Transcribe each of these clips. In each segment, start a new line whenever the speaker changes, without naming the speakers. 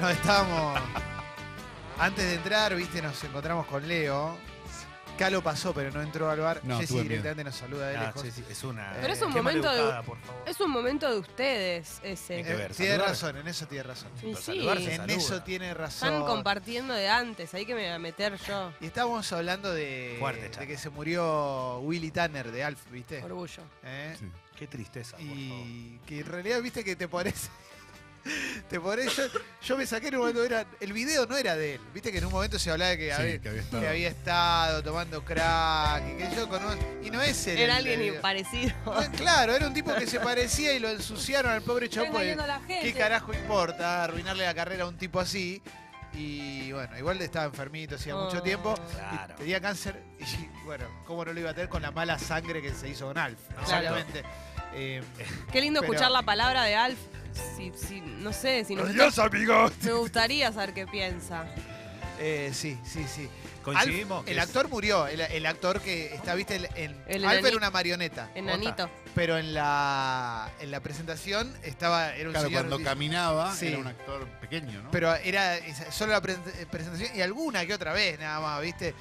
Bueno, estamos. Antes de entrar, viste, nos encontramos con Leo. Calo pasó, pero no entró al bar.
No,
Jessy
tuve
directamente nos saluda de
Ah,
lejos.
sí, sí, es una. eh,
Pero es
qué
un
maleducada,
momento
por favor.
Es un momento de ustedes
Eh,
ese.
que ver,
tiene
saludar.
razón, en eso tiene razón.
Y
Para
sí,
saludarse,
En
saluda.
eso tiene razón.
Están compartiendo de antes, ahí que me voy a meter yo.
Y estábamos hablando de,
Fuerte,
de
charla.
que se murió Willy Tanner de Alf, ¿viste?
Orgullo.
¿Eh?
Sí.
Qué tristeza, por favor.
Y que en realidad, viste, que te pones. Te pones. Yo, yo me saqué en un momento, era, el video no era de él. Viste que en un momento se hablaba de que,
Sí,
había,
que había estado.
que había estado tomando crack y que yo con un- Y no es él.
Era
el
alguien
video.
parecido.
No, Claro, era un tipo que se parecía y lo ensuciaron al pobre Chopo. y-
la
¿Qué carajo importa arruinarle la carrera a un tipo así? Y bueno, igual estaba enfermito hacía
Oh.
mucho tiempo.
Claro.
Y tenía cáncer y bueno, ¿cómo no lo iba a tener con la mala sangre que se hizo con Alf? ¿no?
Claro.
Obviamente. Eh,
Qué lindo
Pero-
escuchar la palabra de Alf. Si, si- no sé, si nos-
Adiós, amigos.
me gustaría saber qué piensa.
eh, sí, sí, sí.
Coincidimos.
Alf,
que
el
es-
actor murió, el, el actor que está, viste, el, en-
El
Alf
enani-
era una marioneta.
Enanito.
Pero en la, en la presentación estaba, era un
Claro,
señor-
cuando caminaba
Sí.
era un actor pequeño, ¿no?
Pero era esa- solo la pre- presentación y alguna que otra vez nada más, ¿viste?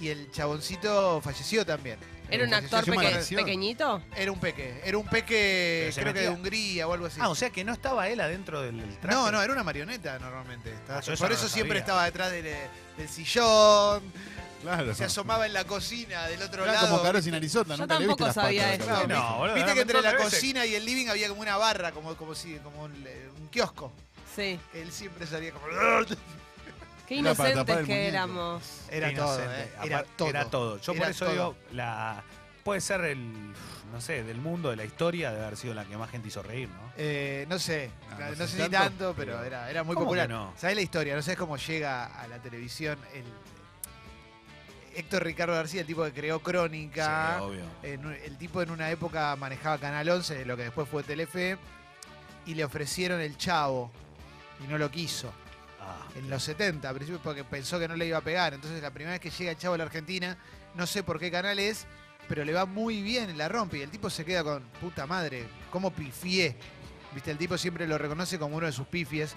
Y el chaboncito falleció también.
¿Era un
Falleció
actor
sin
peque-
parecer.
pequeñito?
Era un peque, era un peque
Pero se
creo que de
metía.
Hungría o algo así.
Ah, o sea que no estaba él adentro del del traje.
no, no, era una marioneta normalmente. Estaba-
Ah, yo eso
por
no
eso
lo
siempre
sabía.
estaba detrás del, eh, del sillón,
claro.
se asomaba en la cocina del otro
Era
lado.
como Caro sin Arizona,
Yo
nunca le viste
tampoco
las patas.
sabía
Caro.
eso.
No, boludo,
Viste
dame
que entre
todas
la
las veces.
cocina y el living había como una barra, como, como si, como un, eh, un kiosco.
Sí.
Él siempre salía como.
Qué
Era para tapar
inocentes
el
que
muñeco.
éramos.
Era todo,
Inocente.
eh, era
Aparte,
todo.
Era todo. Yo por
Era
eso
todo.
digo, la. Puede ser el. No sé, del mundo, de la historia, de haber sido la que más gente hizo reír, ¿no?
Eh, no sé,
Ah,
no,
no
sé
sé
si
tanto,
tanto, pero,
pero-
era, era muy
¿Cómo
popular.
que no?
¿Sabés la historia? No sabés cómo llega a la televisión el Héctor Ricardo García, el tipo que creó Crónica.
Sí, obvio.
En un- el tipo en una época manejaba Canal 11, lo que después fue Telefe, y le ofrecieron el chavo y no lo quiso.
Ah,
En los 70, al principio, porque pensó que no le iba a pegar. Entonces, la primera vez que llega el chavo a la Argentina, no sé por qué canal es, pero le va muy bien, la rompe. Y el tipo se queda con, puta madre, ¿cómo pifié? Viste, el tipo siempre lo reconoce como uno de sus pifies,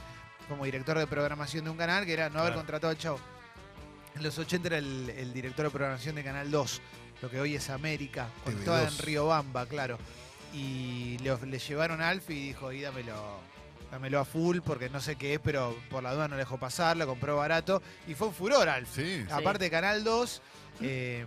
como director de programación de un canal, que era no haber
Claro.
contratado al chavo. En los 80 era el, el director de programación de Canal 2, lo que hoy es América, cuando
TV2.
estaba en Riobamba, claro. Y le, of- le llevaron a Alf y dijo, y dámelo, dámelo a full, porque no sé qué es, pero por la duda no le dejó pasar, lo compró barato. Y fue un furor Alf.
Sí.
Aparte Canal 2,
Mm.
eh,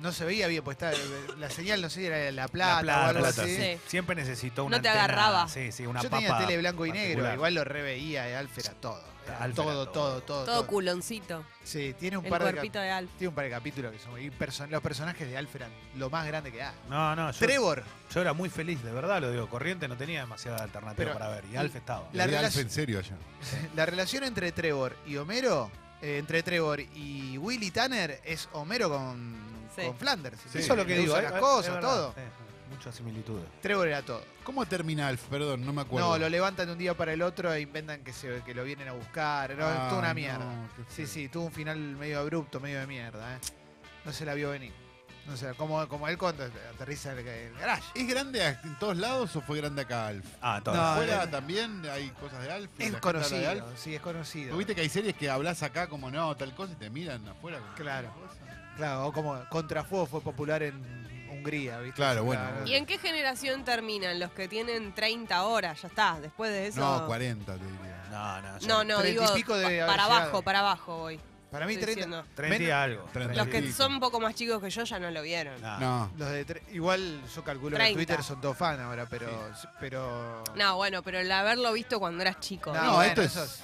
no se veía bien, pues estaba- la señal, no sé, era la plata,
la plata,
o algo
la
así.
plata, sí. Siempre necesitó una.
No te
antena-
agarraba.
Sí, sí, una
Yo
papa.
tenía tele blanco y negro,
particular.
igual lo reveía, eh, Alf era todo. era
Alf era
todo,
todo.
todo, todo,
Todo
todo.
culoncito.
Sí, tiene un
El
par de cap-
cuerpito de Alf.
tiene un par de capítulos que son. y person- los personajes de Alf eran lo más grande que hay.
No, no, yo,
Trevor,
yo era muy feliz, de verdad lo digo. Corriente no tenía demasiada alternativa
Pero-
para ver. Y Alf estaba.
La
La
relac-
en serio allá.
la relación entre Trevor y Homero, eh, entre Trevor y Willy Tanner es Homero con,
Sí.
con Flanders.
Sí.
Eso es lo que
Le
digo.
usa
eh,
las
eh, es
cosas,
verdad,
todo.
sí, muchas similitudes.
Trevor era todo.
¿Cómo termina Alf? Perdón, no me acuerdo.
No, lo levantan de un día para el otro e inventan que, se, que lo vienen a buscar. No, es
Ah,
toda una
no,
mierda.
qué feo.
Sí, sí, tuvo un final medio abrupto, medio de mierda. ¿eh? No se la vio venir. No sé, como, como él cuando aterriza en el- en el garage.
¿Es grande a- en todos lados o fue grande acá Alf?
Ah, todo.
No,
Afuera
no.
también hay cosas de Alf. y la
Es
gente habla de Alf.
conocido, sí, es conocido.
Viste que hay series que hablas acá como no, tal cosa y te miran afuera. como
Claro.
tal cosa?
Claro, o como Contrafuego fue popular en Hungría, ¿viste?
Claro, bueno.
¿Y en qué generación terminan? Los que tienen 30 horas, ya está. Después de eso.
No, 40 te diría.
No, no, yo-
No, no,
30 y
digo.
pico de
pa-
haber
para
llegado.
abajo, para abajo voy.
Para mí,
Estoy
30.
diciendo.
30 y
Menos-
algo.
Treinta
Los
y
que
pico.
son un poco más chicos que yo ya no lo vieron. No,
Ah,
No.
Los de tre- igual yo calculo que en
30.
Twitter son todos fan ahora, pero. pero
bueno, pero el haberlo visto cuando eras chico.
No,
No,
Ah, bueno,
esto
eso es-
es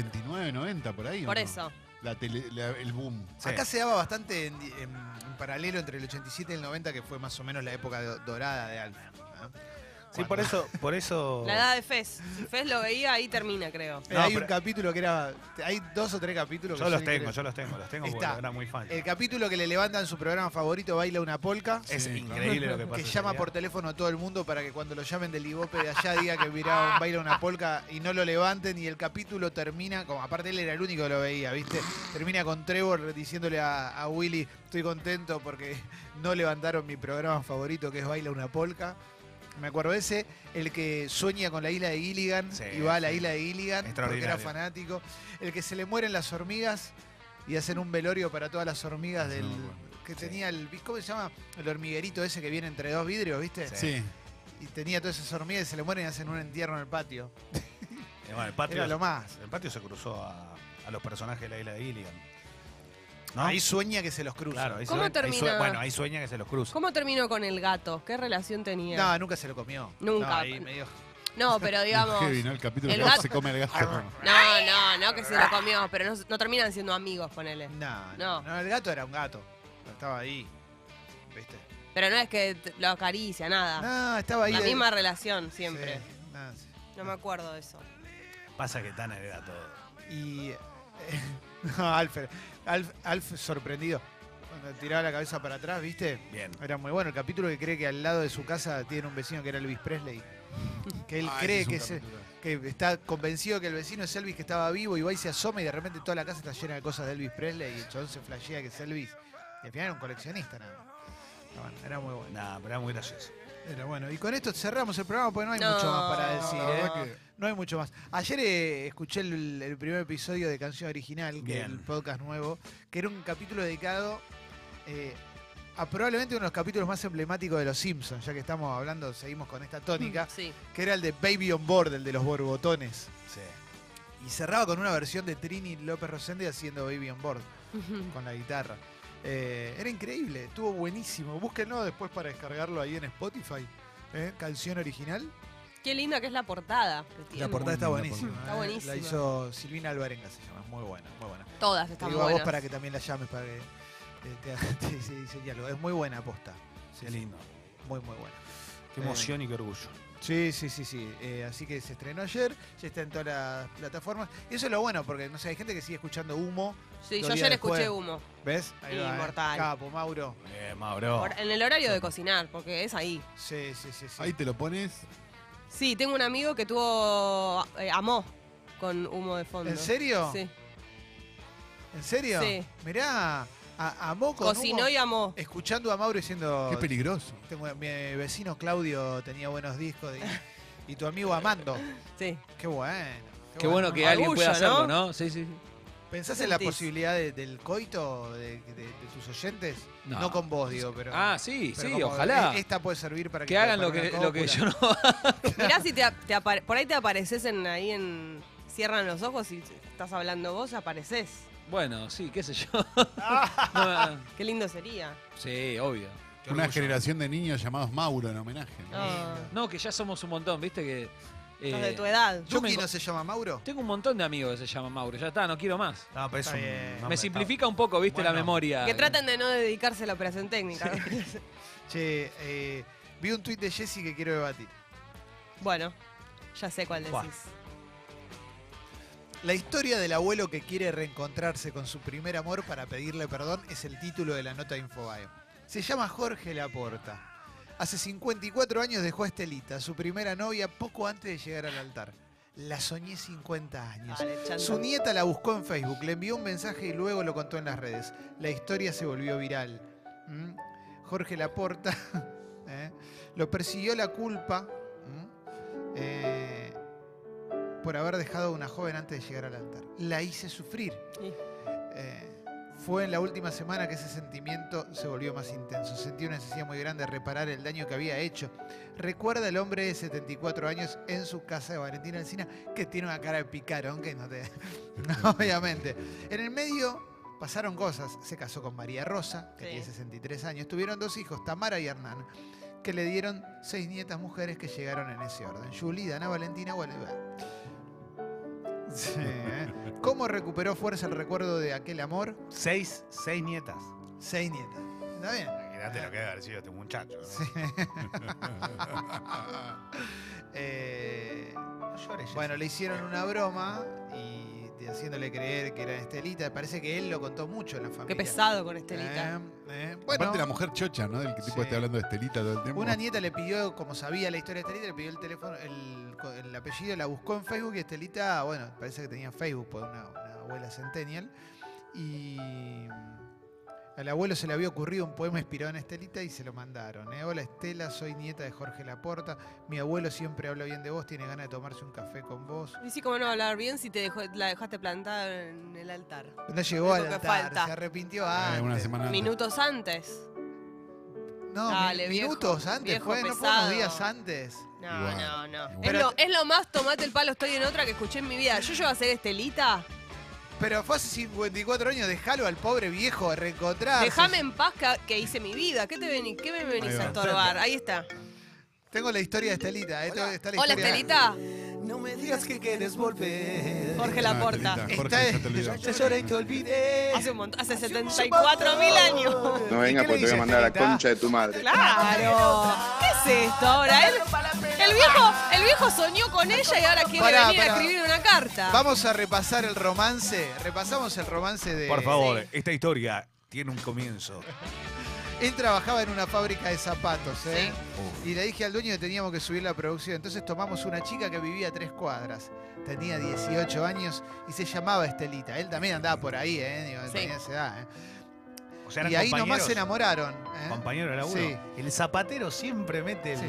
89, 90 por ahí. ¿o
Por
no?
eso.
La tele- la- el boom.
Sí.
Acá se daba bastante en, en- en paralelo entre el 87 y el 90, que fue más o menos la época do- dorada de Alf. ¿no?
Sí,
Cuando-
por eso, por eso.
La edad de Fez. Si Fez lo veía, ahí termina, creo.
Eh,
No,
hay un
pero-
capítulo que era. Hay dos o tres capítulos que
Yo
son
los tengo,
increíbles.
yo los tengo, los tengo porque
Está. Eh,
era muy fan.
El capítulo que le levantan su programa favorito, Baila una polca,
Es
Sí,
increíble lo que pasa.
que
en
llama
realidad.
por teléfono a todo el mundo para que cuando lo llamen del Ibope de allá diga que miraron Baila una polca y no lo levanten. Y el capítulo termina, como aparte él era el único que lo veía, ¿viste? Termina con Trevor diciéndole a, a Willy: Estoy contento porque no levantaron mi programa favorito que es Baila una polca. Me acuerdo ese, el que sueña con la isla de Gilligan
Sí,
y va a la
sí.
isla de Gilligan porque era
Extraordinario.
fanático. El que se le mueren las hormigas y hacen un velorio para todas las hormigas
No,
del.
bueno,
que
sí.
tenía el. ¿Cómo se llama? El hormiguerito ese que viene entre dos vidrios, ¿viste?
Sí.
Sí.
Y tenía todas esas hormigas y se le mueren y hacen un entierro en el patio.
Eh, bueno, el, patio,
Era lo más.
el patio se cruzó a, a los personajes de la isla de Gilligan. ¿No?
Ahí sueña que se los cruza.
claro, ahí
¿Cómo
sue- ahí sue-
termina?
bueno, ahí sueña que se los cruza.
¿Cómo terminó con el gato? ¿Qué relación tenía?
No, nunca se lo comió.
Nunca.
No, ahí medio-
No, pero digamos.
Heavy, ¿no? El capítulo
el
que
gato-
se come el
Ah,
gato.
No, no, no, que se lo comió, pero no, no terminan siendo amigos, ponele.
No, no,
No.
no, el gato era un gato. Estaba ahí. ¿Viste?
Pero no es que t- lo acaricia, nada.
No, estaba ahí.
Ah. La
de-
misma relación siempre.
Sí, no, sí.
No me acuerdo de eso.
Pasa que tan era todo.
Y. eh, no, Alf, Alf, Alf sorprendido. Cuando tiraba la cabeza para atrás, ¿viste?
Bien.
Era muy bueno. El capítulo que cree que al lado de su casa tiene un vecino que era Elvis Presley. Que él
Ah, ese
cree
es un
que, es-
capítulo.
que está convencido que el vecino es Elvis que estaba vivo y va y se asoma y de repente toda la casa está llena de cosas de Elvis Presley y el chabón se flashea que es Elvis. Y al final era un coleccionista nada más. Pero bueno, era muy bueno.
Nada, pero era muy gracioso.
Era bueno. Y con esto cerramos el programa porque no hay
No,
mucho más para
no,
decir.
La
¿eh?
verdad que
No hay mucho más. Ayer eh, escuché el, el primer episodio de Canción Original, que
Bien.
el podcast nuevo, que era un capítulo dedicado eh, a probablemente uno de los capítulos más emblemáticos de Los Simpsons, ya que estamos hablando, seguimos con esta tónica,
Sí.
que era el de Baby on Board, el de los borbotones.
Sí.
Y cerraba con una versión de Trini López Rosende haciendo Baby on Board
Mm.
con la guitarra. Eh, era increíble, estuvo buenísimo. Búsquenlo después para descargarlo ahí en Spotify. ¿eh? Canción original.
Qué linda que es la portada que tiene.
La portada está
linda
buenísima.
portada.
Está
¿eh?
buenísima.
La hizo Silvina Alvarenga, se llama. es Muy buena, muy buena.
Todas
Te
están
digo a
buenas.
vos para que también la llames para que eh, te, haga- te- se diseñe algo. Es muy buena aposta.
Qué lindo.
Muy, muy buena.
Qué
Eh.
emoción y qué orgullo.
Sí, sí, sí, sí. Eh, así que se estrenó ayer, ya está en todas las plataformas. Y eso es lo bueno, porque no sé, hay gente que sigue escuchando humo.
Sí,
Dos
yo
días
ayer escuché
después.
humo.
¿Ves? Ahí va, ¿eh?
Inmortal.
Capo, Eh, Mauro.
Bien,
Oh.
Mauro.
Por- En el horario de cocinar, porque es ahí.
Sí, sí, sí, sí.
Ahí te lo pones.
Sí, tengo un amigo que tuvo. eh, amó con humo de fondo.
¿En serio?
Sí.
¿En serio?
Sí.
Mirá, a, amó con
Cocinó
humo, Eh.
y amó.
escuchando a Mauro diciendo.
Qué peligroso.
Tengo- mi vecino Claudio tenía buenos discos de- y tu amigo Amando.
Sí.
Qué bueno.
Qué bueno que alguien pueda
Orgullo,
hacerlo, ¿no? Sí, sí. sí.
¿Pensás en la
sentís.
posibilidad de- del coito de, de- de tus oyentes? No.
No.
con vos, digo, pero.
Ah, sí,
pero
sí,
como
ojalá.
e- Esta puede servir para que.
Que hagan
para
lo
una
que, lo que yo
cópula.
no.
Mirá si te, te apare- por ahí te apareces en, ahí en. Cierran los ojos y estás hablando vos, apareces.
Bueno, sí, qué sé yo. No, eh,
Qué lindo sería.
sí, obvio.
Qué
Una
orgullo.
generación de niños llamados Mauro en homenaje. ¿no?
Ah,
No, que ya somos un montón, viste que. eh,
sos de tu edad.
Yo me
¿Yuki
enco-
no se llama Mauro?
Tengo un montón de amigos que se llaman Mauro, ya está, no quiero más.
No, pero es
Está
un-
bien.
no,
Me
hombre,
Me
está-
simplifica un poco, viste, la
Bueno.
memoria.
Que traten de no dedicarse a la operación técnica.
Che, eh, vi un tuit de Jessy que quiero debatir.
bueno, ya sé cuál
Buah.
decís.
La historia del abuelo que quiere reencontrarse con su primer amor para pedirle perdón es el título de la nota de Infobae. Se llama Jorge Laporta. Hace 54 años dejó a Estelita, su primera novia, poco antes de llegar al altar. La soñé 50 años.
Vale, chanta.
Su nieta la buscó en Facebook, le envió un mensaje y luego lo contó en las redes. La historia se volvió viral. ¿Mm? Jorge Laporta ¿eh? lo persiguió la culpa ¿Mm? Eh, por haber dejado a una joven antes de llegar al altar. La hice sufrir.
Sí.
Eh, fue en la última semana que ese sentimiento se volvió más intenso. Sentí una necesidad muy grande de reparar el daño que había hecho. Recuerda el hombre de 74 años en su casa de Valentina Alcina, que tiene una cara de picarón que no te. No, obviamente. En el medio pasaron cosas. Se casó con María Rosa, que
Sí.
tiene 63 años. Tuvieron dos hijos, Tamara y Hernán, que le dieron seis nietas mujeres que llegaron en ese orden. Julie, Ana Valentina, bueno. bueno. Sí, ¿eh? ¿Cómo recuperó fuerza el recuerdo de aquel amor?
Seis, seis nietas.
Seis nietas. ¿Está bien?
Imagínate lo que debe haber sido este muchacho. ¿no?
Sí. Eh, bueno, le hicieron una broma y te- haciéndole creer que era Estelita. Parece que él lo contó mucho en la familia.
Qué pesado con Estelita.
Eh, eh, bueno,
Aparte la mujer chocha, ¿no? Del que tipo
Sí.
está hablando de Estelita todo el tiempo.
una nieta le pidió, como sabía la historia de Estelita, le pidió el teléfono, el, co- el apellido, la buscó en Facebook y Estelita, bueno, parece que tenía Facebook por una, una abuela centennial. Y mm, Al abuelo se le había ocurrido un poema inspirado en Estelita y se lo mandaron. ¿eh? Hola Estela, soy nieta de Jorge Laporta. Mi abuelo siempre habla bien de vos, tiene ganas de tomarse un café con vos.
Y sí, cómo no hablar bien si te dejó- la dejaste plantada en el altar.
No llegó al
Lo que
altar,
falta.
se arrepintió
Eh,
antes.
una semana antes.
Minutos antes.
No, mi-
Dale, viejo,
minutos antes,
viejo
fue, no fue unos
pesado.
días antes.
No,
Igual,
no, no.
igual.
Es lo, es lo más tomate el palo, estoy en otra que escuché en mi vida. Yo llevo a este ser Estelita.
Pero fue hace 54 años, déjalo al pobre viejo a reencontrarse.
Déjame en paz que, que hice mi vida. ¿Qué, te veni- qué me venís
va.
a estorbar? Ahí está.
Tengo la historia de Estelita. eh, está la
Hola,
historia-
Estelita.
Eh,
No me digas que quieres volver.
Jorge
Ah,
Laporta.
Está-
Estelita, Jorge, ya te olvidó.
Yo lloré y te olvidé.
Hace un montón, hace 74 mil años.
No venga
qué le
porque te voy
dice
a mandar a la
Estelita?
concha de tu madre.
Claro. ¿Qué es esto ahora? El, el viejo, el viejo soñó con ella y ahora quiere
Pará,
venir
pará.
a escribir una carta.
Vamos a repasar el romance. Repasamos el romance de.
Por favor, esta historia tiene un comienzo.
Él trabajaba en una fábrica de zapatos, ¿eh? Y le dije al dueño que teníamos que subir la producción. Entonces tomamos una chica que vivía a tres cuadras. Tenía 18 años y se llamaba Estelita. Él también andaba por ahí, ¿eh? Digo,
Sí.
tenía esa edad, ¿eh?
O sea, eran
Y ahí nomás
compañeros-
se enamoraron. ¿eh?
Compañero de laburo.
Sí.
El zapatero siempre mete el,
Sí.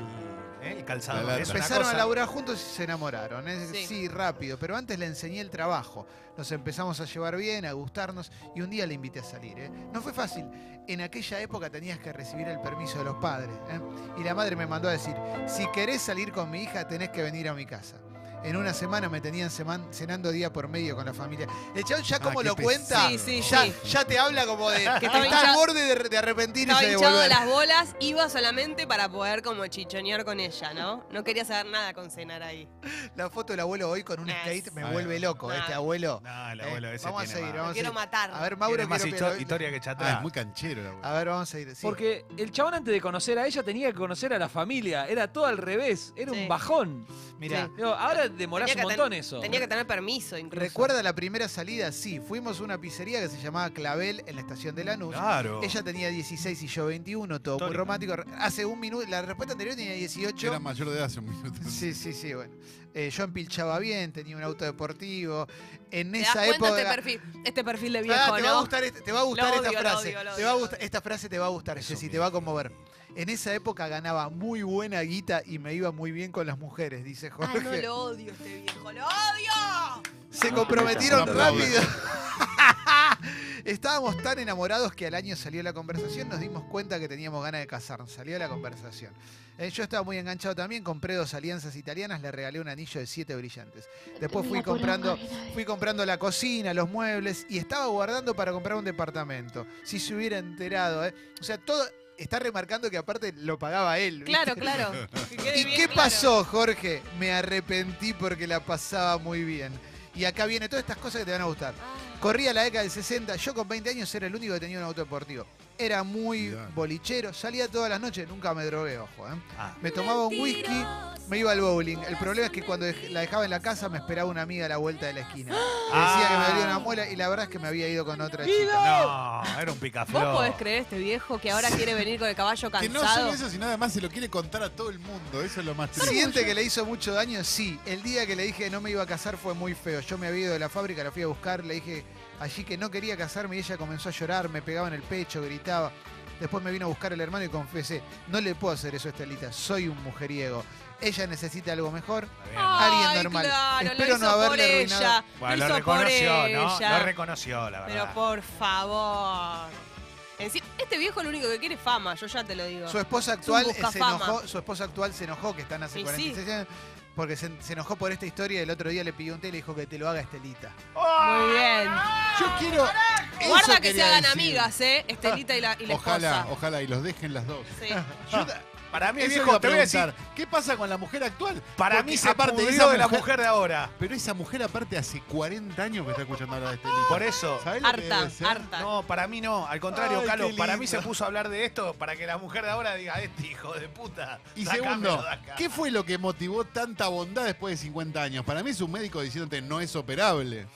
¿eh? el calzador.
La lata.
Es una
Empezaron a
cosa-
laburar juntos y se enamoraron. ¿eh?
Sí.
Sí. rápido. Pero antes le enseñé el trabajo. Nos empezamos a llevar bien, a gustarnos y un día le invité a salir. ¿eh? No fue fácil. En aquella época tenías que recibir el permiso de los padres. ¿eh? Y la madre me mandó a decir, si querés salir con mi hija, tenés que venir a mi casa. En una semana me tenían seman- cenando día por medio con la familia. El chabón ya
Ah,
como
qué
lo cuenta,
pesado.
Sí, sí,
ya,
sí.
ya te habla como de...
Que
que
estaba
está al
hinchado-
borde de, de arrepentirse
Estaba
de
hinchado de
volver.
las bolas, iba solamente para poder como chichonear con ella, ¿no? No quería saber nada con cenar ahí.
La foto del abuelo hoy con un
Nah,
skate me
Ah,
vuelve loco,
nah.
este abuelo.
No, el
Eh,
abuelo ese
vamos a
tiene
seguir,
más.
vamos
Lo
a
quiero
seguir.
matar.
A ver, Mauro,
Tiene más
quiero
histo-
que-
historia que chata.
Ah, es muy canchero el abuelo.
A ver, vamos a ir. sí.
Porque el chabón antes de conocer a ella tenía que conocer a la familia. Era todo al revés. Era
Sí.
un bajón.
Mirá,
Digo, ahora demorás
Tenía
un
que
montón
ten-
eso.
Tenía que tener permiso incluso.
¿recuerda la primera salida? Sí, fuimos a una pizzería que se llamaba Clavel en la estación de Lanús.
Claro.
Ella tenía 16 y yo 21, todo muy
Histórico.
romántico. Hace un minuto, la respuesta anterior tenía
Yo
18.
era mayor de edad hace un minuto.
Sí, sí, sí, bueno. Eh, yo empilchaba bien, tenía un auto deportivo. En
¿Te das
esa
cuenta
época.
este perfil, este perfil de viejo,
Ah, te va a
no?
gustar, este- te va a gustar
Lo
esta
odio, lo
frase.
odio, lo
te va a
odio, lo
gustar-
odio.
esta frase te va a gustar,
Eso
Jessy, te
mismo.
va a conmover. En esa época ganaba muy buena guita y me iba muy bien con las mujeres, dice Jorge.
Ay, Ah, no lo odio este viejo, lo odio.
Se
No,
comprometieron
no, no, no, no.
rápido. Estábamos tan enamorados que al año salió la conversación, nos dimos cuenta que teníamos ganas de casarnos. Salió la conversación. Eh, yo estaba muy enganchado también, compré dos alianzas italianas, le regalé un anillo de siete brillantes. Después fui comprando, fui comprando la cocina, los muebles y estaba guardando para comprar un departamento. Si se hubiera enterado, ¿eh? O sea, todo está remarcando que aparte lo pagaba él. ¿viste?
Claro, claro. Que quede
¿Y
bien
qué
claro.
pasó, Jorge? Me arrepentí porque la pasaba muy bien. Y acá viene todas estas cosas que te van a gustar.
Ah.
Corría la década del 60, yo con 20 años era el único que tenía un auto deportivo. Era muy
Mirá.
bolichero, salía todas las noches, nunca me drogué, ojo. ¿eh?
Ah,
Me tomaba un whisky, me iba al bowling. El problema es que cuando dej- la dejaba en la casa me esperaba una amiga a la vuelta de la esquina. Me decía que me dolía
Ah.
una muela y la verdad es que me había ido con otra chica.
no, era un picaflor.
¿Vos podés creer este viejo que ahora quiere venir con el caballo
Que no solo
cansado?
eso, sino además se lo quiere contar a todo el mundo. Eso es lo más triste.
¿Siente que le hizo mucho daño? Sí. El día que le dije que no me iba a casar fue muy feo. Yo me había ido de la fábrica, la fui a buscar, le dije allí que no quería casarme y ella comenzó a llorar, me pegaba en el pecho, gritaba. Después me vino a buscar el hermano y confesé, no le puedo hacer eso a Estelita, soy un mujeriego. Ella necesita algo mejor.
Está bien.
Ay,
Alguien normal.
Claro,
Espero
lo hizo
no
por
haberle arruinado.
ella.
Bueno,
Ah, lo
lo
hizo
reconoció,
por
¿no?
ella.
Lo Ah. reconoció, la verdad.
Pero por favor. Encima, este viejo lo único que quiere es fama, yo ya te lo digo.
Su esposa actual
Es un
se
buscafama.
enojó, su esposa actual se enojó que están hace
Y sí.
46 años porque se, se enojó por esta historia y el otro día le pidió un té y le dijo que te lo haga Estelita.
Muy bien.
Yo quiero. eso
Guarda que se
quería
hagan
decir.
amigas, ¿eh? Estelita y la, y la
Ojalá,
esposa.
ojalá, y los dejen las dos.
Sí.
Yo da-
para mí,
eso
viejo,
iba
te voy a
preguntar,
decir.
¿Qué pasa con la mujer actual?
Para
Porque
mí se
aparte
aparte
esa
de la mujer de ahora.
Pero esa mujer, aparte, hace 40 años que está escuchando hablar de este libro.
Por eso.
¿Sabés lo que
Harta,
debe ser?
harta.
No, para mí no. Al contrario,
Ay,
Calo,
qué
para mí se
lindo.
puso a hablar de esto para que la mujer de ahora diga, este hijo de puta.
Y
sacámelo
segundo,
de acá".
¿qué fue lo que motivó tanta bondad después de 50 años? Para mí es un médico diciéndote no es operable.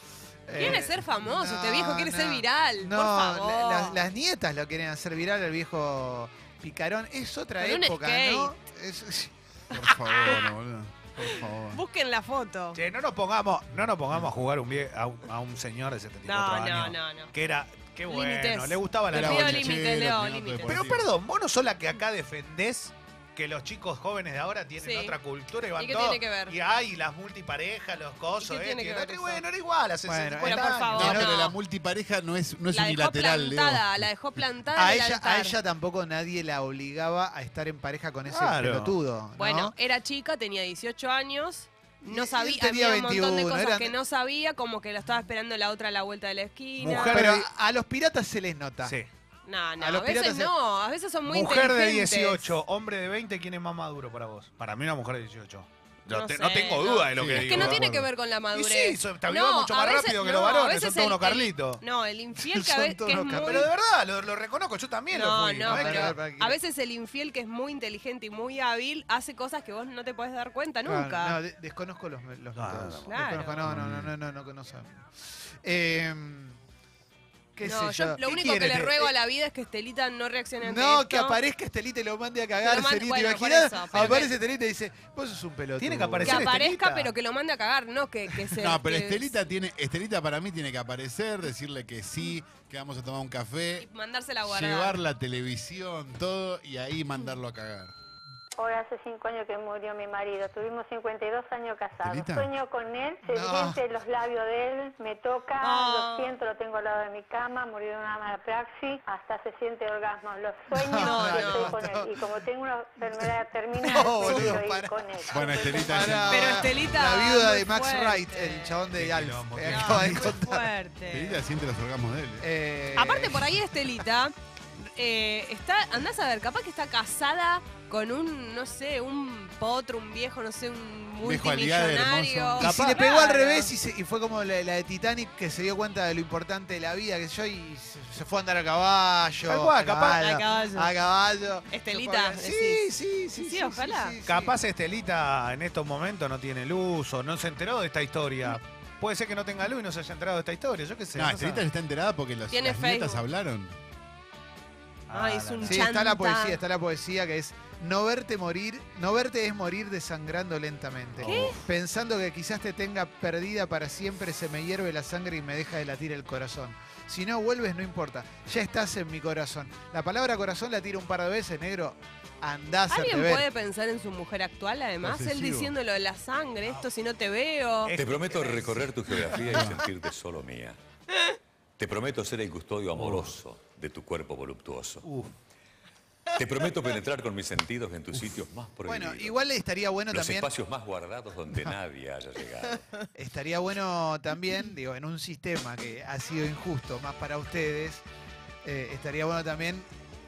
Quiere
Eh,
ser famoso, este
no,
viejo quiere ser
no.
viral.
No,
por favor.
la- las- las nietas lo quieren hacer viral al viejo picarón. Es otra
Con un
época,
skate.
¿no? Es-
Por favor, boludo. Por favor.
Busquen la foto.
Che, no nos pongamos, no nos pongamos a jugar un vie- a, un, a un señor de 74
No,
años.
no, no, no.
Que era Qué bueno.
Límites.
Le gustaba la
Era
pido
bocha.
límites,
bolichero,
Leo,
piloto
límites.
deportivo.
Pero
Pero perdón, vos no sos la que acá defendés que los chicos jóvenes de ahora tienen
Sí.
otra cultura y van
¿Y qué
todo-
tiene que ver?
Y hay las multiparejas, los cosos,
¿Y qué
eh,
tiene que
tienen-
ver eso?
Bueno, era igual, hace
Bueno,
50
Bueno, por
años.
favor,
No,
no.
pero la multipareja no es, no es
la dejó
unilateral, Leo.
plantada, la dejó plantada
A
en el
ella, a
altar.
ella tampoco nadie la obligaba a estar en pareja con ese
Claro.
pelotudo. ¿no?
Bueno, era chica, tenía 18 años,
Y
no
él
sabía,
tenía
había un montón de
21,
cosas
eran-
que no sabía, como que lo estaba esperando la otra a la vuelta de la esquina.
Mujer-
Pero a- a los piratas se les nota.
Sí.
No, no,
A
a,
los
veces
piratas-
no, a veces son muy
mujer de
inteligentes.
18, hombre de 20, ¿quién es más maduro para vos? Para mí una mujer de 18.
No
te-
sé,
tengo
no.
duda de lo
Sí,
que
es
digo.
Que no
¿eh?
tiene
acuerdo.
que ver con la
Y
madurez.
sí, so- te
No,
avivan mucho
a
más
veces-
rápido que
no,
los
a
varones,
veces
son todos
el-
unos carlitos.
No, el infiel que a
Son
veces
todos
que es
unos
muy...
carlitos.
Pero de verdad, lo, lo reconozco, yo también lo
No,
fui. es
no,
que-
Pará,
pero
pará, que-
a veces el infiel que es muy inteligente y muy hábil hace cosas que vos no te podés dar cuenta
Claro,
nunca.
No, de- desconozco los, los
No,
métodos.
no, no.
Desconozco, no, no, no, no, no, no, conozco. Em, qué
No,
sé yo.
yo lo
¿Qué
único que
quieren?
le ruego a la vida es que Estelita no reaccione ante
No,
esto.
que aparezca Estelita y lo mande a cagar,
Lo manda-
Estelita.
bueno, por
imaginás,
eso, pero
aparece
que-
Estelita y dice, vos sos un pelotudo.
Tiene que
Que
aparecer
aparezca,
Estelita.
pero que lo mande a cagar, no que, que se...
No, pero
que-
Estelita tiene, Estelita para mí tiene que aparecer, decirle que sí, que vamos a tomar un
y
café,
Mandársela a guardar.
llevar la televisión, todo, y ahí mandarlo a cagar.
Ahora hace cinco años que murió mi marido. Tuvimos 52 años casados.
¿Telita?
Sueño con él, se
No.
siente los labios de él, me toca,
Ah.
lo siento, lo tengo al lado de mi cama, murió de una mala praxis, hasta se siente orgasmo. Los sueños
No,
que
no,
estoy con
no.
él. Y como tengo una enfermedad terminal,
No,
tengo
boludo,
que ir
para.
con él.
Bueno,
Estoy
Estelita,
pensando-
Pará,
Pero Estelita,
La viuda de
muy
Max
fuerte.
Wright, el chabón de
Qué
Alf.
quilombo,
eh,
qué
acaba de
muy
contar.
fuerte.
Estelita siente los orgasmos de él. ¿eh?
Eh,
Aparte, por ahí Estelita eh, está, andás a ver, capaz que está casada con un, no sé, un potro, un viejo, no sé, un
Viejo aliado
multimillonario.
hermoso.
Y
Capaz-
si le pegó al
Claro.
revés y, se- y fue como la, la de Titanic que se dio cuenta de lo importante de la vida que yo y se, se fue a andar a caballo.
Tal cual, capaz-
A caballo.
A caballo.
Estelita,
Sí,
decís.
sí, sí, sí.
Sí, ojalá.
sí, sí.
Capaz Estelita en estos momentos no tiene luz o no se enteró de esta historia. Puede ser que no tenga luz y no se haya enterado de esta historia, yo qué sé.
No, este
no
Estelita
sabe.
está enterada porque los,
Tiene
las nietas
Facebook.
hablaron.
Ay,
Ah,
es un
Sí,
chanta.
está la poesía, está la poesía que es no verte morir, no verte es morir desangrando lentamente.
¿Qué?
Pensando que quizás te tenga perdida para siempre, se me hierve la sangre y me deja de latir el corazón. Si no vuelves, no importa. Ya estás en mi corazón. La palabra corazón la tiro un par de veces, negro. Andás a
¿Alguien
ver.
puede pensar en su mujer actual, además? Él
Obsesivo.
diciendo lo de la sangre, esto si no te veo.
Es-
Te prometo recorrer tu geografía y sentirte solo mía. Te prometo ser el custodio amoroso de tu cuerpo voluptuoso. Te prometo penetrar con mis sentidos en tus sitios más prohibidos.
Bueno, igual estaría bueno
los
también.
espacios más guardados donde nadie haya llegado.
Estaría bueno también, digo, en un sistema que ha sido injusto más para ustedes, eh, estaría bueno también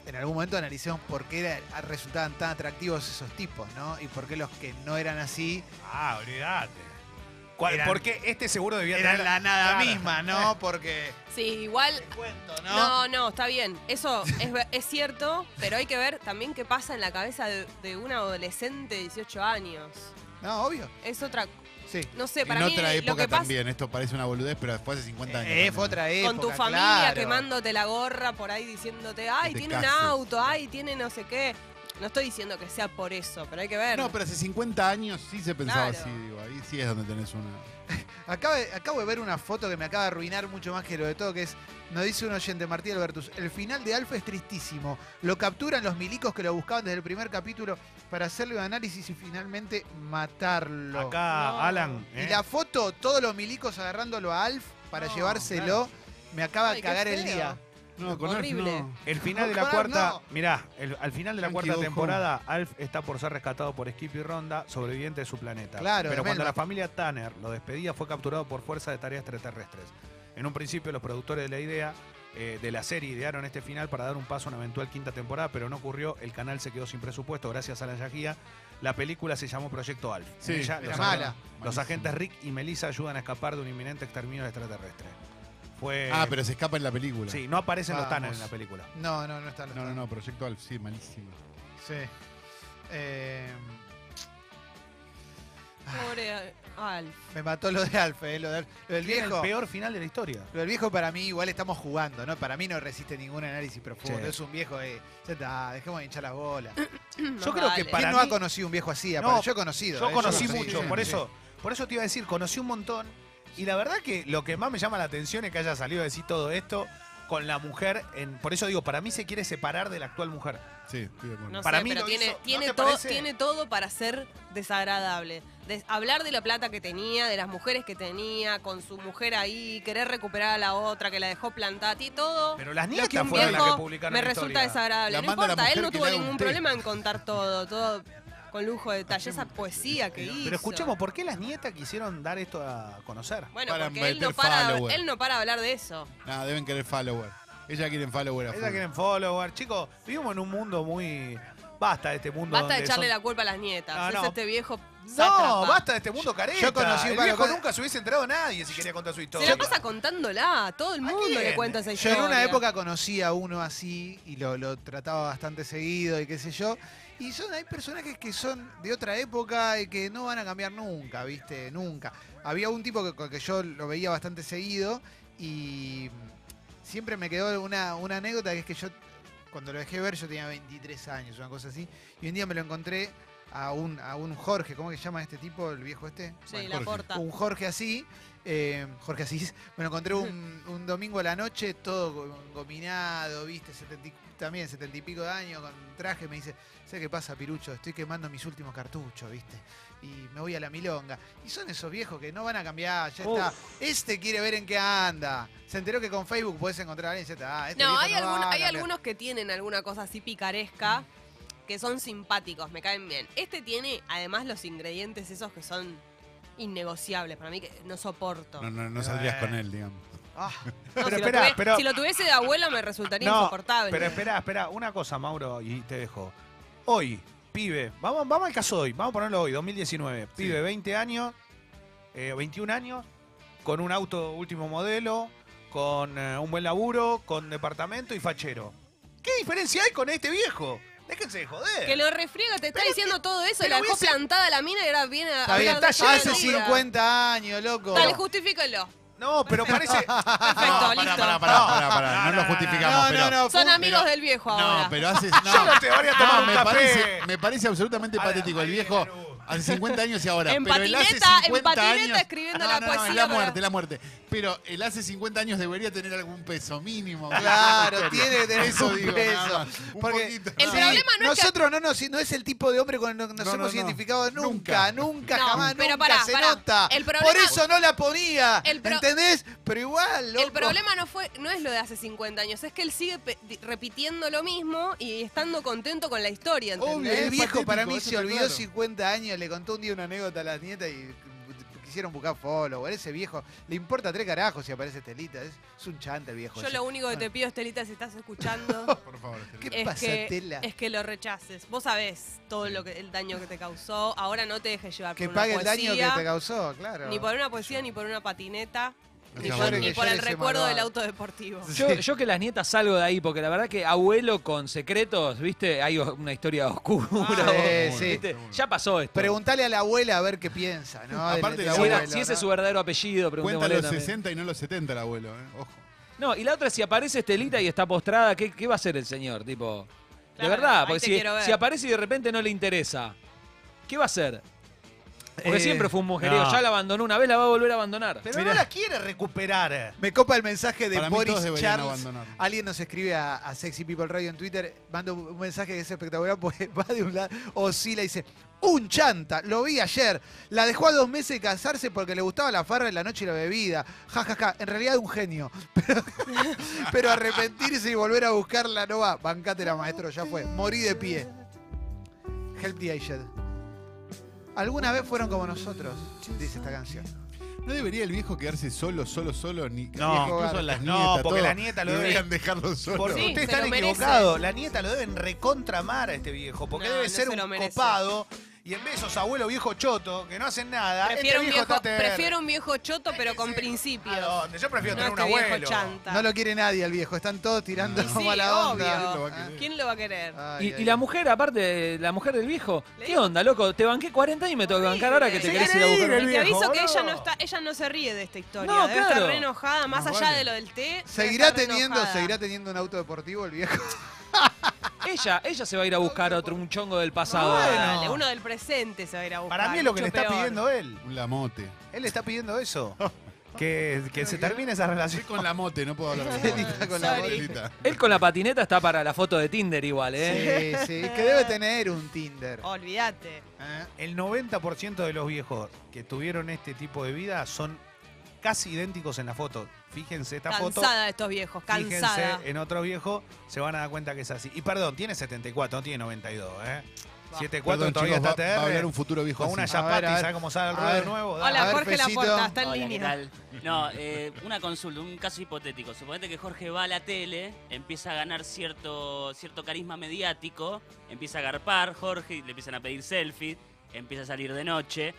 en algún momento analicemos por qué era- resultaban tan atractivos esos tipos, ¿no? Y por qué los que no eran así
Ah, olvídate. ¿Cuál-
Eran-
Porque este seguro debía
eran
tener
la nada
Claro.
misma, ¿no? Porque.
Sí, igual
Cuento, ¿no?
No, no, está bien. Eso es, ve- es cierto, pero hay que ver también qué pasa en la cabeza de, de un adolescente de 18 años.
No, obvio.
Es otra.
Sí.
No sé, para
en
mí
otra
lo
época
que pasa
también, esto parece una boludez, pero después hace 50 años.
Eh, fue
también.
otra época.
con tu familia
claro.
quemándote la gorra por ahí diciéndote, ay,
Que te
tiene un
cases".
auto, ay, tiene no sé qué. No estoy diciendo que sea por eso, pero hay que ver.
No, pero hace 50 años sí se pensaba
Claro.
así, digo, ahí sí es donde tenés una.
Acabo de, acabo de ver una foto que me acaba de arruinar mucho más que lo de todo, que es, nos dice un oyente, Martín Albertus, el final de Alfa es tristísimo. Lo capturan los milicos que lo buscaban desde el primer capítulo para hacerle un análisis y finalmente matarlo.
Acá,
No.
Alan.
Y
¿eh?
la foto, todos los milicos agarrándolo a Alf para
No,
llevárselo, me acaba de
Ay, qué
cagar el
feo.
día.
No,
con Alf Horrible. no.
El final de la
Ojalá
cuarta,
no.
mirá, el- al final de la
Yankee
cuarta
ojo.
temporada, Alf está por ser rescatado por Skip y Ronda, sobreviviente de su planeta.
Claro,
Pero
de
cuando la
Melmac.
familia Tanner lo despedía, fue capturado por fuerza de tareas extraterrestres. En un principio, los productores de la idea eh, de la serie idearon este final para dar un paso a una eventual quinta temporada, pero no ocurrió. El canal se quedó sin presupuesto gracias a la yagía. La película se llamó Proyecto Alf. En
Sí,
ella,
era
los,
mala.
agentes- los agentes Rick y Melissa ayudan a escapar de un inminente exterminio extraterrestre.
Eh,
Fue.
Ah, pero se escapa en la película.
Sí, no aparecen los Tanner
Vamos.
en la película.
No, no, no está.
No, no, no, Proyecto Alf, sí, malísimo.
Sí. Eh,
Pobre Alf.
me mató lo de Alf, eh, lo, de- lo del
Tiene
viejo.
el peor final de la historia.
Lo del viejo para mí igual estamos jugando, ¿no? Para mí no resiste ningún análisis profundo.
Sí.
Es un viejo de... Ya está, dejemos de hinchar las bolas. ¿Quién
Más
creo que
vale.
para
no
mí-
ha conocido un viejo así?
No,
Aparte, yo he conocido.
Yo
¿eh?
conocí
conocí
mucho,
gente.
por eso, por eso te iba a decir, conocí un montón. Y la verdad que lo que más me llama la atención es que haya salido a decir todo esto con la mujer. En, por eso digo, para mí se quiere separar de la actual mujer.
Sí, estoy de acuerdo.
No
Para
sé,
mí
pero
lo
tiene,
hizo- ¿no
tiene,
te
todo,
parece?
tiene todo para ser desagradable. Des- hablar de la plata que tenía, de las mujeres que tenía, con su mujer ahí, querer recuperar a la otra que la dejó plantada, y todo.
Pero las
Lo que
nietas
un
fueron las
viejo
que publicaron
me
la
resulta
historia.
La
desagradable. No
manda la
importa, él
mujer
no
que
tuvo
le haga un
ningún
té.
problema en contar todo, todo con lujo de detalle, esa poesía que
Pero,
hizo.
pero escuchemos, ¿por qué las nietas quisieron dar esto a conocer?
Bueno,
Para
porque él no,
meter
para,
follower.
él no para de hablar de eso.
Nada, deben querer follower. Ellas quieren follower a
Ellas
full.
quieren follower. Chicos, vivimos en un mundo muy. Basta de este mundo.
Basta de
donde
echarle
son-
la culpa a las nietas.
No,
es
no.
este viejo sátrapa.
No, basta de este mundo careta.
yo conocí
el
varios
viejo
cosas-
nunca se hubiese enterado nadie si quería contar su
Se
historia.
la pasa contándola, a todo el mundo le
quién?
cuenta esa
Yo
historia.
en una época conocí a uno así y lo, lo trataba bastante seguido y qué sé yo. Y son, hay personajes que son de otra época y que no van a cambiar nunca, ¿viste? Nunca. Había un tipo que, con que yo lo veía bastante seguido y siempre me quedó una, una anécdota que es que yo, cuando lo dejé ver, yo tenía 23 años, una cosa así. Y un día me lo encontré a un, a un Jorge, ¿cómo que se llama este tipo, el viejo este?
Sí,
Bueno,
la
Jorge.
porta.
un Jorge así, eh, Jorge Asís, me lo encontré un, un domingo a la noche, todo go- gominado, viste, 70 y- también setenta y pico de años, con traje, me dice, ¿sabes qué pasa, Pirucho? Estoy quemando mis últimos cartuchos, viste, y me voy a la milonga. Y son esos viejos que no van a cambiar, ya está. Este quiere ver en qué anda. Se enteró que con Facebook puedes encontrar a alguien, ya está. Ah, este
No,
viejo
hay, algún-
va a
hay
cambiar. Ah,
algunos que tienen alguna cosa así picaresca que son simpáticos, me caen bien. Este tiene además los ingredientes esos que son innegociables para mí que no soporto.
No,
No,
no, no saldrías
Eh.
con él, digamos.
Ah,
Pero
si,
espera,
lo tuve-
pero-
si lo tuviese de abuela me resultaría
No,
insoportable.
Pero espera, espera, una cosa, Mauro, y te dejo. Hoy, pibe, vamos, vamos al caso de hoy, vamos a ponerlo hoy, 2019. Pibe, 20 años, eh, 21 años, con un auto último modelo, con eh, un buen laburo, con departamento y fachero. ¿Qué diferencia hay con este viejo? Déjense de joder.
que lo refriega, te está diciendo todo eso, y
pero
la dejó
hubiese-
plantada la mina y ahora viene a
está bien,
hablar de
está
toda
hace
la vida.
50 años, loco.
Dale, justifíquenlo.
No, pero parece.
Perfecto,
no,
listo.
Pará, pará, pará, pará, pará,
No,
No,
no,
lo
no,
justificamos,
no, no,
pero.
no, fue
Son
un-
amigos del viejo ahora.
No, pero haces.
Yo
No,
no te voy a tomar
no,
un
me,
café.
parece, me parece absolutamente
A la-
patético. El
ahí
viejo
viene Hugo.
hace 50 años y ahora.
En
pero él hace
patineta, en
50
patineta
años-
escribiendo
No,
la
no, no, es
poesía
la
para-
muerte, la muerte. Pero él hace 50 años debería tener algún peso mínimo.
Claro, tiene que tener
Eso
un
digo,
peso.
nada más, un
Porque
poquito.
El
sí,
problema no es que-
nosotros no, nos- no es el tipo de hombre con el que nos
No, no,
hemos
no.
identificado nunca, nunca,
Nunca.
No,
jamás,
pero
nunca
pará,
se
pará.
nota.
El
Por
problema-
eso no la ponía,
El pro-
¿entendés? Pero igual, loco.
El problema no fue no es lo de hace 50 años, es que él sigue pe- di- repitiendo lo mismo y estando contento con la historia,
Obvio,
¿entendés?
el
Es
viejo para
patético,
mí
eso
se
está
olvidó
claro.
50 años, le contó un día una anécdota a las nietas y quisieron buscar follower. Ese viejo, le importa tres carajos si aparece Telita, es, es un chanta el viejo.
Yo
ese.
lo único que te pido, Estelita, si estás escuchando,
Por favor,
¿Qué
es,
pasa,
que,
Tela?
es que lo rechaces. Vos sabés todo lo que, el daño que te causó. Ahora no te dejes llevar
Que
por una
pague el daño que
poesía,
te causó, claro.
ni por una poesía, ni por una patineta,
No
ni
seas
por,
boludo.
ni
Que
por el
llore ese
recuerdo del
malvado.
auto deportivo.
Yo, yo que las nietas salgo de ahí, porque la verdad que abuelo con secretos, ¿viste? Hay o- una historia oscura.
sí, sí.
¿viste? Ya pasó esto.
Preguntale a la abuela a ver qué piensa, ¿no? Del-
Aparte
del
la
si,
abuelo,
era- si ese es
¿no?
su verdadero apellido,
Cuenta
preguntémosle
los
también.
60 y no los 70 el abuelo, eh. Ojo.
No, y la otra, si aparece Estelita y está postrada, ¿qué, qué va a hacer el señor? Tipo, de
Claro,
verdad,
ahí
porque
te
si,
quiero ver.
si aparece y de repente no le interesa, ¿qué va a hacer? Porque
Eh,
siempre fue un mujeriego,
no.
ya la abandonó una vez, la va a volver a abandonar.
Pero no la quiere recuperar.
Me copa el mensaje de
Para mí
Boris
todos deberían
Charles.
abandonarlo.
Alguien nos escribe a, a Sexy People Radio en Twitter, manda un un mensaje que es espectacular porque va de un lado, oscila y dice, un chanta, lo vi ayer, la dejó a dos meses de casarse porque le gustaba la farra en la noche y la bebida, ja, ja, ja, en realidad un genio, pero, pero arrepentirse y volver a buscarla no va, bancátela maestro, ya fue, morí de pie. Help the aged. Alguna vez fueron como nosotros, dice esta canción.
¿No debería el viejo quedarse solo, solo, solo? Ni,
No.
incluso a las
No,
nietas.
porque
todo,
la nieta lo debe-
Deberían dejarlo solo.
Porque
Sí,
ustedes
se lo
están
merece.
equivocados. La nieta lo deben recontramar a este viejo. Porque
No,
debe
no
ser
se lo
un
merece.
copado. Y en vez de esos abuelos viejos chotos que no hacen nada, este
Prefiero un viejo,
está terco.
prefiero un viejo choto, pero con
¿A
Ah,
principios.
dónde? Yo prefiero
No
tener un
este viejo
abuelo.
chanta.
No lo quiere nadie al viejo, están todos tirando
Y sí,
mala onda.
obvio.
va a querer?
¿Quién lo va a querer?
Ay,
Y,
ay,
y la
ay.
mujer, aparte, la mujer del viejo,
Le
¿qué
digo-
onda, loco? Te banqué 40 años y me tengo que bancar ahora que te
Sí,
querés ir
quiere
a
ir
buscar.
el
Y te
viejo,
aviso que
boludo.
ella no está, ella no se ríe de esta historia.
No,
Debe
claro.
estar re enojada, más
Más
allá
vale.
de lo del té. debe
Seguirá
estar re
teniendo,
enojada.
seguirá teniendo un auto deportivo el viejo.
Ella, ella se va a ir a buscar otro, un chongo del pasado.
Ah,
Bueno.
dale, uno del presente se va a ir a buscar.
Para mí es lo que le
mucho
está
peor.
pidiendo él.
Un lamote.
Él está pidiendo eso. que, que se termine esa relación.
Estoy con la mote, no puedo hablar
Delita
con
con la
Sorry.
bolita.
Delita.
Él con la patineta está para la foto de Tinder igual, ¿eh?
Sí, sí, es que debe tener un Tinder.
Olvídate.
¿eh?
El 90% de los viejos que tuvieron este tipo de vida son casi idénticos en la foto. Fíjense esta foto.
Cansada de estos viejos, cansada.
Fíjense en otro viejo, se van a dar cuenta que es así. Y perdón, tiene 74, no tiene 92, ¿eh?
Va.
74
Perdón,
todavía
chicos,
está
va, va a hablar
TR.
un futuro viejo
con una
así.
ya- A ver, a
yapati,
ver.
¿sabe cómo sale el
A
ruedo
ver.
nuevo? Dale.
A
Hola,
ver,
Jorge
Fecito.
Laporta, está en
Hola, ¿qué
línea.
tal? No, eh, una consulta, un caso hipotético. Suponete que Jorge va a la tele, empieza a ganar cierto, cierto carisma mediático, empieza a garpar Jorge, y le empiezan a pedir selfies, empieza a salir de noche.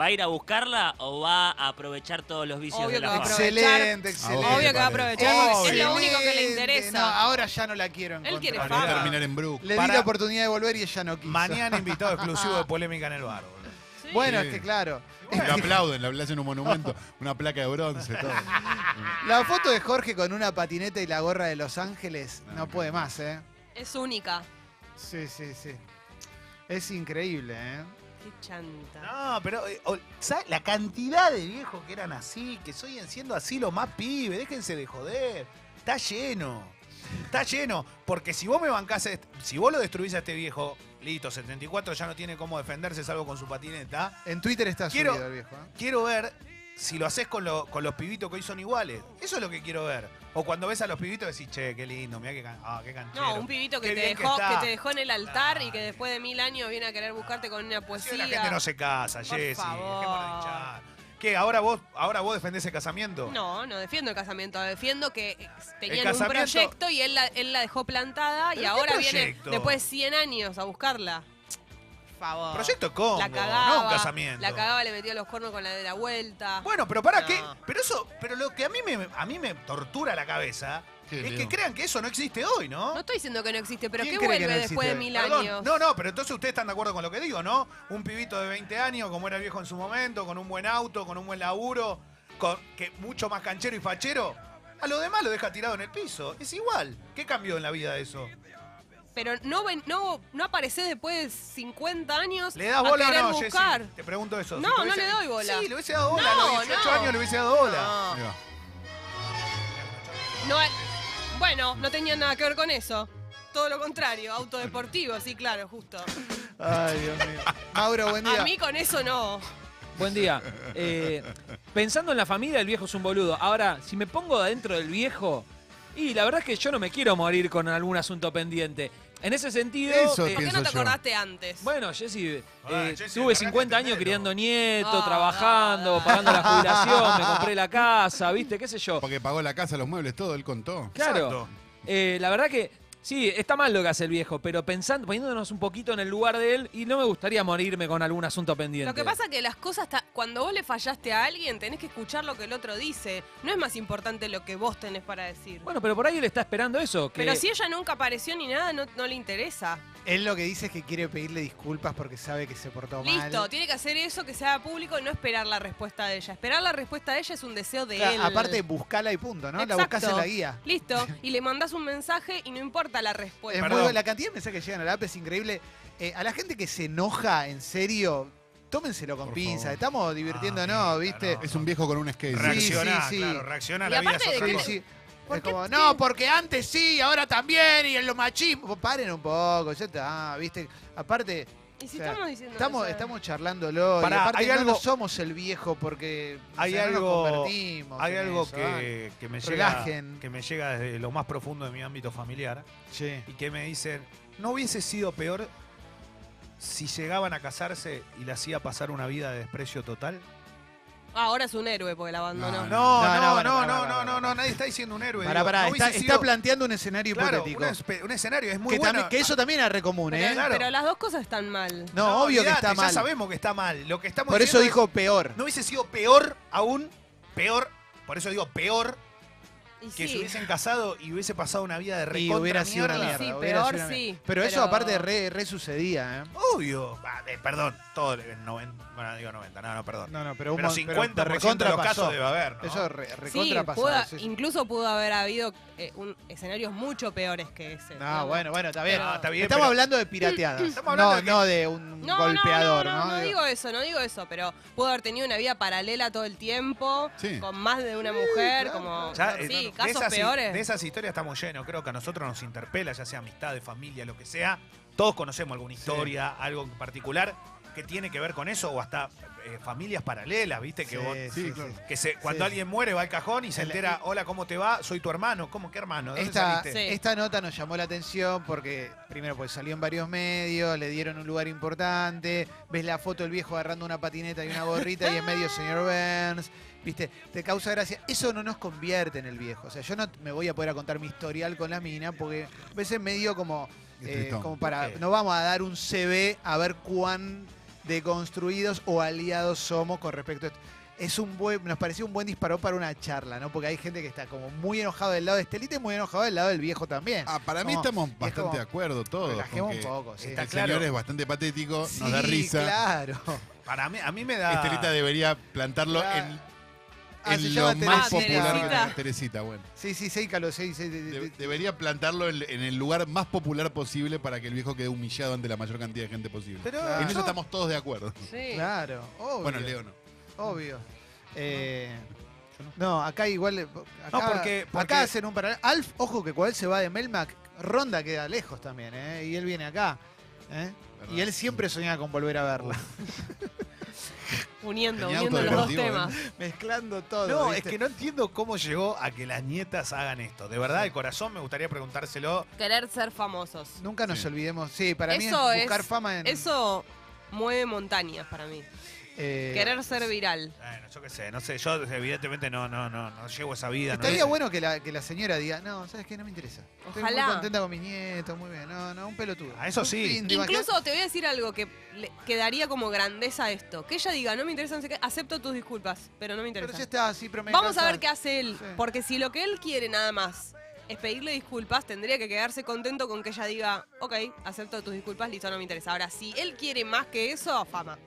¿Va a ir a buscarla o va a aprovechar todos los vicios
Obvio
de
que va a
la fama?
aprovechar.
Excelente, excelente.
Obvio que va a
Parece.
aprovechar porque es lo
Excelente.
único que le interesa.
No, ahora ya no la quiero encontrar.
quiere
Para
fama.
no terminar en Brook.
Le di
Para-
la oportunidad de volver y ella no quiso.
Mañana invitado exclusivo de Polémica en el Bar. boludo.
Sí.
Bueno,
Sí.
es que claro.
Le aplauden, le hacen un monumento, una placa de bronce, todo.
La foto de Jorge con una patineta y la gorra de Los Ángeles
Ah,
no puede más, ¿eh?
Es única.
Sí, sí, sí. Es increíble, ¿eh?
Qué chanta.
No, pero eh, ol- ¿sabes la cantidad de viejos que eran así? Que soy siendo así los más pibes, déjense de joder. Está lleno. Está lleno. Porque si vos me bancás, a este- si vos lo destruís a este viejo, listo, 74 ya no tiene cómo defenderse salvo con su patineta.
En Twitter está
Quiero-
subido el viejo. ¿eh?
Quiero ver si lo haces con, lo- con los pibitos que hoy son iguales. Eso es lo que quiero ver. O cuando ves a los pibitos decís, che, qué lindo, mirá qué, can ah, qué canchero.
No, un pibito que
Qué
te,
bien
dejó, que,
está.
te dejó en el altar y que
Dale.
después de mil años viene a querer buscarte con una
Sí,
poesía.
la gente no se casa,
Por
Jessy.
favor.
dejémonos de hinchar. ¿Qué? ¿Ahora vos, ahora vos defendés el casamiento?
No, no defiendo el casamiento, defiendo que eh, tenían un
casamiento-
proyecto y él la, él la dejó plantada y
¿Pero qué
ahora viene
proyecto?
después de 100 años a buscarla. Por favor.
Proyecto Congo,
la cagaba,
no un casamiento.
La cagaba, le metió los cuernos con la de la vuelta.
Bueno, pero para
No.
qué. Pero eso, pero lo que a mí me, a mí me tortura la cabeza
Sí,
es
Leo.
que crean que eso no existe hoy, ¿no?
No estoy diciendo que no existe, pero
¿Quién
¿qué
cree
vuelve
que no
después de
existe?
mil
Perdón,
años?
No, no, pero entonces ustedes están de acuerdo con lo que digo, ¿no? Un pibito de 20 años, como era el viejo en su momento, con un buen auto, con un buen laburo, con, que mucho más canchero y fachero. A lo demás lo deja tirado en el piso. Es igual. ¿Qué cambió en la vida de eso?
Pero no, ven- no, no apareces después de 50 años
¿Le das
a
bola o
querer
no, Jessy?
buscar.
Te pregunto eso.
No,
Si te
no le doy bola.
Sí, le hubiese dado bola. a
No,
los 18
no.
años le hubiese dado bola.
No.
Ahí va.
No, eh, bueno, no tenía nada que ver con eso. Todo lo contrario, auto deportivo, sí, claro, justo.
Ay, Dios mío. Mauro, buen día.
A mí con eso no.
Buen día. Eh, pensando en la familia, el viejo es un boludo. Ahora, si me pongo adentro del viejo, y la verdad es que yo no me quiero morir con algún asunto pendiente. En ese sentido,
Eso
¿Por
eh,
qué no
Pienso
te
yo.
acordaste antes?
bueno, Jessy, eh,
Ah, Jessy,
tuve
arrancate
50 años
primero.
criando nieto,
Ah,
trabajando,
ah,
pagando la jubilación, me compré la casa, ¿viste? ¿Qué sé yo?
Porque pagó la casa, los muebles, todo, él contó.
Claro.
Exacto.
Eh, la verdad que sí, está mal lo que hace el viejo, pero pensando, poniéndonos un poquito en el lugar de él, y no me gustaría morirme con algún asunto pendiente.
Lo que pasa que las cosas, ta- cuando vos le fallaste a alguien, tenés que escuchar lo que el otro dice. No es más importante lo que vos tenés para decir.
Bueno, pero por ahí él está esperando eso. Que...
Pero si ella nunca apareció ni nada, no, no le interesa.
Él lo que dice es que quiere pedirle disculpas porque sabe que se portó mal.
Listo, tiene que hacer eso, que se haga público y no esperar la respuesta de ella. Esperar la respuesta de ella es un deseo de
O sea,
él.
Aparte, buscala y punto, ¿no? La buscas en
Exacto.
la guía.
Listo, y le mandás un mensaje y no importa la
Es
respuesta.
muy
Perdón.
bueno, la cantidad de mensajes que llegan a la app es increíble. Eh, a la gente que se enoja, en serio, tómenselo con
Por
pinzas.
favor.
Estamos divirtiéndonos,
Ah,
¿viste?
no.
Es un viejo con un skate.
Reaccioná,
sí, sí.
claro, reaccioná.
Y
La vida es
aparte de
otra
que-
Sí,
cosa.
sí.
¿Por
Es
qué
como,
te-
no, porque antes sí, ahora también, y en los machismos. Pues Paren un poco, ya está, ¿viste? Aparte,
y si
o sea,
estamos diciendo
estamos,
eso, ¿eh?
estamos charlándolo. y
Pará,
aparte,
hay
no
algo-
nos somos el viejo porque o
Hay
sea, no
algo-
nos convertimos.
Hay
en
algo
eso, dale.
que, que me llega,
relajen.
que me llega desde lo más profundo de mi ámbito familiar
Sí.
y que me dicen, no hubiese sido peor si llegaban a casarse y le hacía pasar una vida de desprecio total.
Ah, ahora es un héroe porque la abandonó.
No,
No,
No, no,
no, no, no,
bueno,
no,
pará,
no,
pará, pará.
no, nadie está diciendo un héroe.
Pará,
digo,
pará,
no
está,
hubiese
está
sido-
planteando un escenario
claro,
hipotético.
un, espe- un escenario es muy
que,
bueno.
también- que eso también era común,
pero,
¿eh?
claro.
pero las dos cosas están mal.
No, obvio que
olvidate,
está mal.
Ya sabemos que está mal. Lo que estamos
Por eso
diciendo es-
dijo peor.
No hubiese sido peor aún, peor, por eso digo peor,
Y
que se
sí.
hubiesen casado y hubiese pasado una vida de
Y
recontra
hubiera sido una
mierda.
mierda.
Y sí,
hubiera sido
peor
una mierda.
sí,
Pero eso
pero-
aparte re, re sucedía, ¿eh?
Obvio. Ah, de- perdón, todo el 90, bueno, digo 90, no, no, perdón.
No, no, pero un
Pero
mon-
50%
pero
de los
pasó.
casos debe haber, ¿no?
Eso re,
Sí,
recontra pasó,
pudo-
sí, sí.
incluso pudo haber habido eh, un- escenarios mucho peores que ese.
No, bueno, bueno, está bien.
Pero-
Ah, está bien,
Estamos
pero-
hablando de pirateadas.
Estamos hablando
no,
de que-
no de un
No,
golpeador,
no,
¿no?
no, no, no digo eso, no digo eso, pero pudo haber tenido una vida paralela todo el tiempo,
Sí.
con más de una mujer, como
Ya, eh, no,
sí,
no, de,
casos
esas, hi-
peores.
de esas historias estamos llenos. Creo que a nosotros nos interpela, ya sea amistad, de familia, lo que sea. Todos conocemos alguna historia, algo en particular que tiene que ver con eso o hasta eh, familias paralelas, ¿viste? Que,
Sí,
vos-
sí,
claro.
sí.
que se, cuando
sí.
alguien muere va al cajón y se
El-
entera, hola, ¿cómo te va? Soy tu hermano. ¿Cómo qué hermano? ¿De dónde
Esta,
saliste?
Sí.
esta nota nos llamó la atención porque, primero, pues salió en varios medios, le dieron un lugar importante, ves la foto del viejo agarrando una patineta y una gorrita y en medio señor Burns, viste, te causa gracia. Eso no nos convierte en el viejo. O sea, yo no me voy a poder a contar mi historial con la mina porque ves en medio como,
Qué
eh,
tristón.
como para,
Ok.
no vamos a dar un CV a ver cuán deconstruidos o aliados somos con respecto a esto. Es un buen, nos pareció un buen disparo para una charla, ¿no? Porque hay gente que está como muy enojado del lado de Estelita y muy enojado del lado del viejo también.
Ah, para mí
Como-
estamos
es
bastante
como-
de acuerdo todos. con
Relajemos
que
un poco, sí.
está
el
claro.
señor es bastante patético, nos da
Sí,
risa.
Claro.
Para mí, a mí me da.
Estelita debería plantarlo
Claro.
en,
Ah, se
en
llama
lo más
Teresita.
popular que
Teresita.
tenga- Teresita, bueno.
Sí, sí, sí, Calo, sí, sí, de- de-
De- debería plantarlo en, en el lugar más popular posible para que el viejo quede humillado ante la mayor cantidad de gente posible.
Pero
Claro.
en eso
yo-
estamos todos de acuerdo.
Sí.
Claro, obvio.
Bueno, Leo no.
Obvio. Eh, no, acá igual. eh, Acá,
porque- porque-
acá hacen un paralelo. Alf, ojo que cuando él se va de Melmac, Ronda queda lejos también, ¿eh? Y él viene acá. ¿eh?
¿Verdad?
Y él siempre soñaba con volver a verla.
Uniendo,
Tenía
uniendo
auto
los dos
deportivo,
temas.
Mezclando todo.
No,
¿viste?
es que no entiendo cómo llegó a que las nietas hagan esto. De verdad, de corazón me gustaría preguntárselo.
Querer ser famosos.
Nunca nos
Sí.
olvidemos. Sí, para
Eso
mí es buscar
es-
fama en.
Eso mueve montañas para mí.
eh,
Querer ser viral.
Bueno, yo qué sé, no sé, yo evidentemente no, no, no, no llevo esa vida. no
Estaría
sé.
bueno que la, que la señora diga, no, ¿sabes qué? No me interesa. Estoy muy
Ojalá.
contenta con mis nietos, muy bien. No, no, un pelotudo.
Ah, eso
Un
sí.
fin, ¿te imaginas?
Incluso te voy a decir algo que le- quedaría como grandeza a esto. Que ella diga, no me interesa, no sé qué, acepto tus disculpas, pero no me
Pero
interesa.
ya está, sí, pero me
Vamos a
encanta.
ver qué hace él.
Sí.
Porque si lo que él quiere nada más es pedirle disculpas, tendría que quedarse contento con que ella diga, ok, acepto tus disculpas, listo, no me interesa. Ahora, si él quiere más que eso, fama.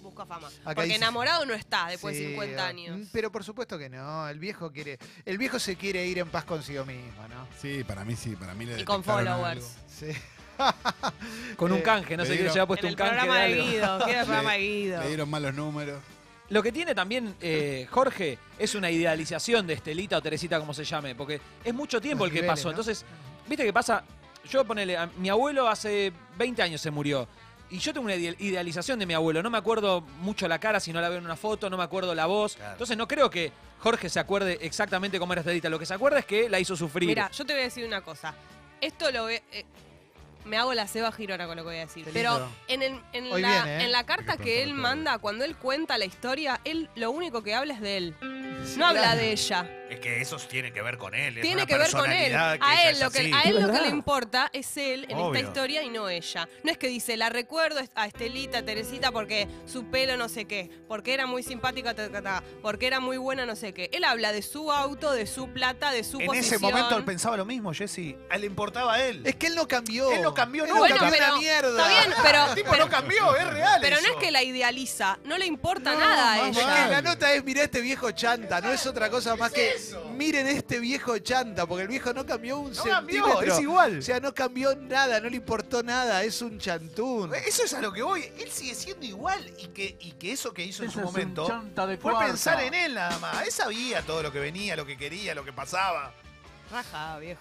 Busca fama.
Acá
Porque
dice-
enamorado no está después
Sí,
de 50
ah,
años.
mm, Pero por supuesto que no, el viejo quiere, el viejo se quiere ir en paz consigo mismo, ¿no?
Sí, para mí sí, para mí le
Y con
detectaron
followers.
algo.
Sí.
Con un
Eh,
canje, no
le
sé quién
dieron-
se ha puesto
En
un
el
canje.
programa
de
de
algo.
Guido, queda el programa de
Le
Guido.
dieron malos números.
Lo que tiene también eh, Jorge es una idealización de Estelita o Teresita, como se llame, porque es mucho tiempo
Los
el que
niveles,
pasó.
¿no?
Entonces, ¿viste qué pasa? Yo ponele, a- mi abuelo hace 20 años se murió. Y yo tengo una ide- idealización de mi abuelo. No me acuerdo mucho la cara si no la veo en una foto, no me acuerdo la voz.
Claro.
Entonces no creo que Jorge se acuerde exactamente cómo era Estelita. Lo que se acuerda es que la hizo sufrir.
Mira, yo te voy a decir una cosa. Esto lo ve- eh, me hago la ceba girona con lo que voy a decir.
Qué
Pero
lindo.
en, el- en
Hoy
la,
viene, ¿eh?
en la carta
que
que
preguntarle
él
todo.
manda, cuando él cuenta la historia, él lo único que habla es de él.
Sí,
No habla
claro.
de ella.
Es que eso tiene que ver con él. es
Tiene
una
que ver con él.
personalidad que
A
ella
él,
es
lo que,
así.
a él lo que
verdad.
le importa es él en
Obvio.
esta historia y no ella. No es que dice, la recuerdo a Estelita, Teresita, porque su pelo no sé qué, porque era muy simpática, ta, ta, ta, porque era muy buena, no sé qué. Él habla de su auto, de su plata, de su
En
posición.
ese momento él pensaba lo mismo, Jesse. A él le importaba a él.
Es que él no cambió.
Él no cambió
Él
nunca.
no cambió
Bueno,
una mierda.
Está bien, pero,
Ah, el tipo
pero,
no cambió, es real.
pero no
eso.
es que la idealiza, no le importa
No,
nada a
más
ella.
vale.
ella.
La nota es, mirá este viejo chanta, no es otra cosa más que miren este viejo chanta, porque el viejo no cambió un
No cambió,
centímetro.
es igual.
O sea, no cambió nada, no le importó nada, es un chantún.
Eso es a lo que voy. Él sigue siendo igual y que, y que eso que hizo en su momento fue pensar en él nada más. Él sabía todo lo que venía, lo que quería, lo que pasaba.
Raja, viejo.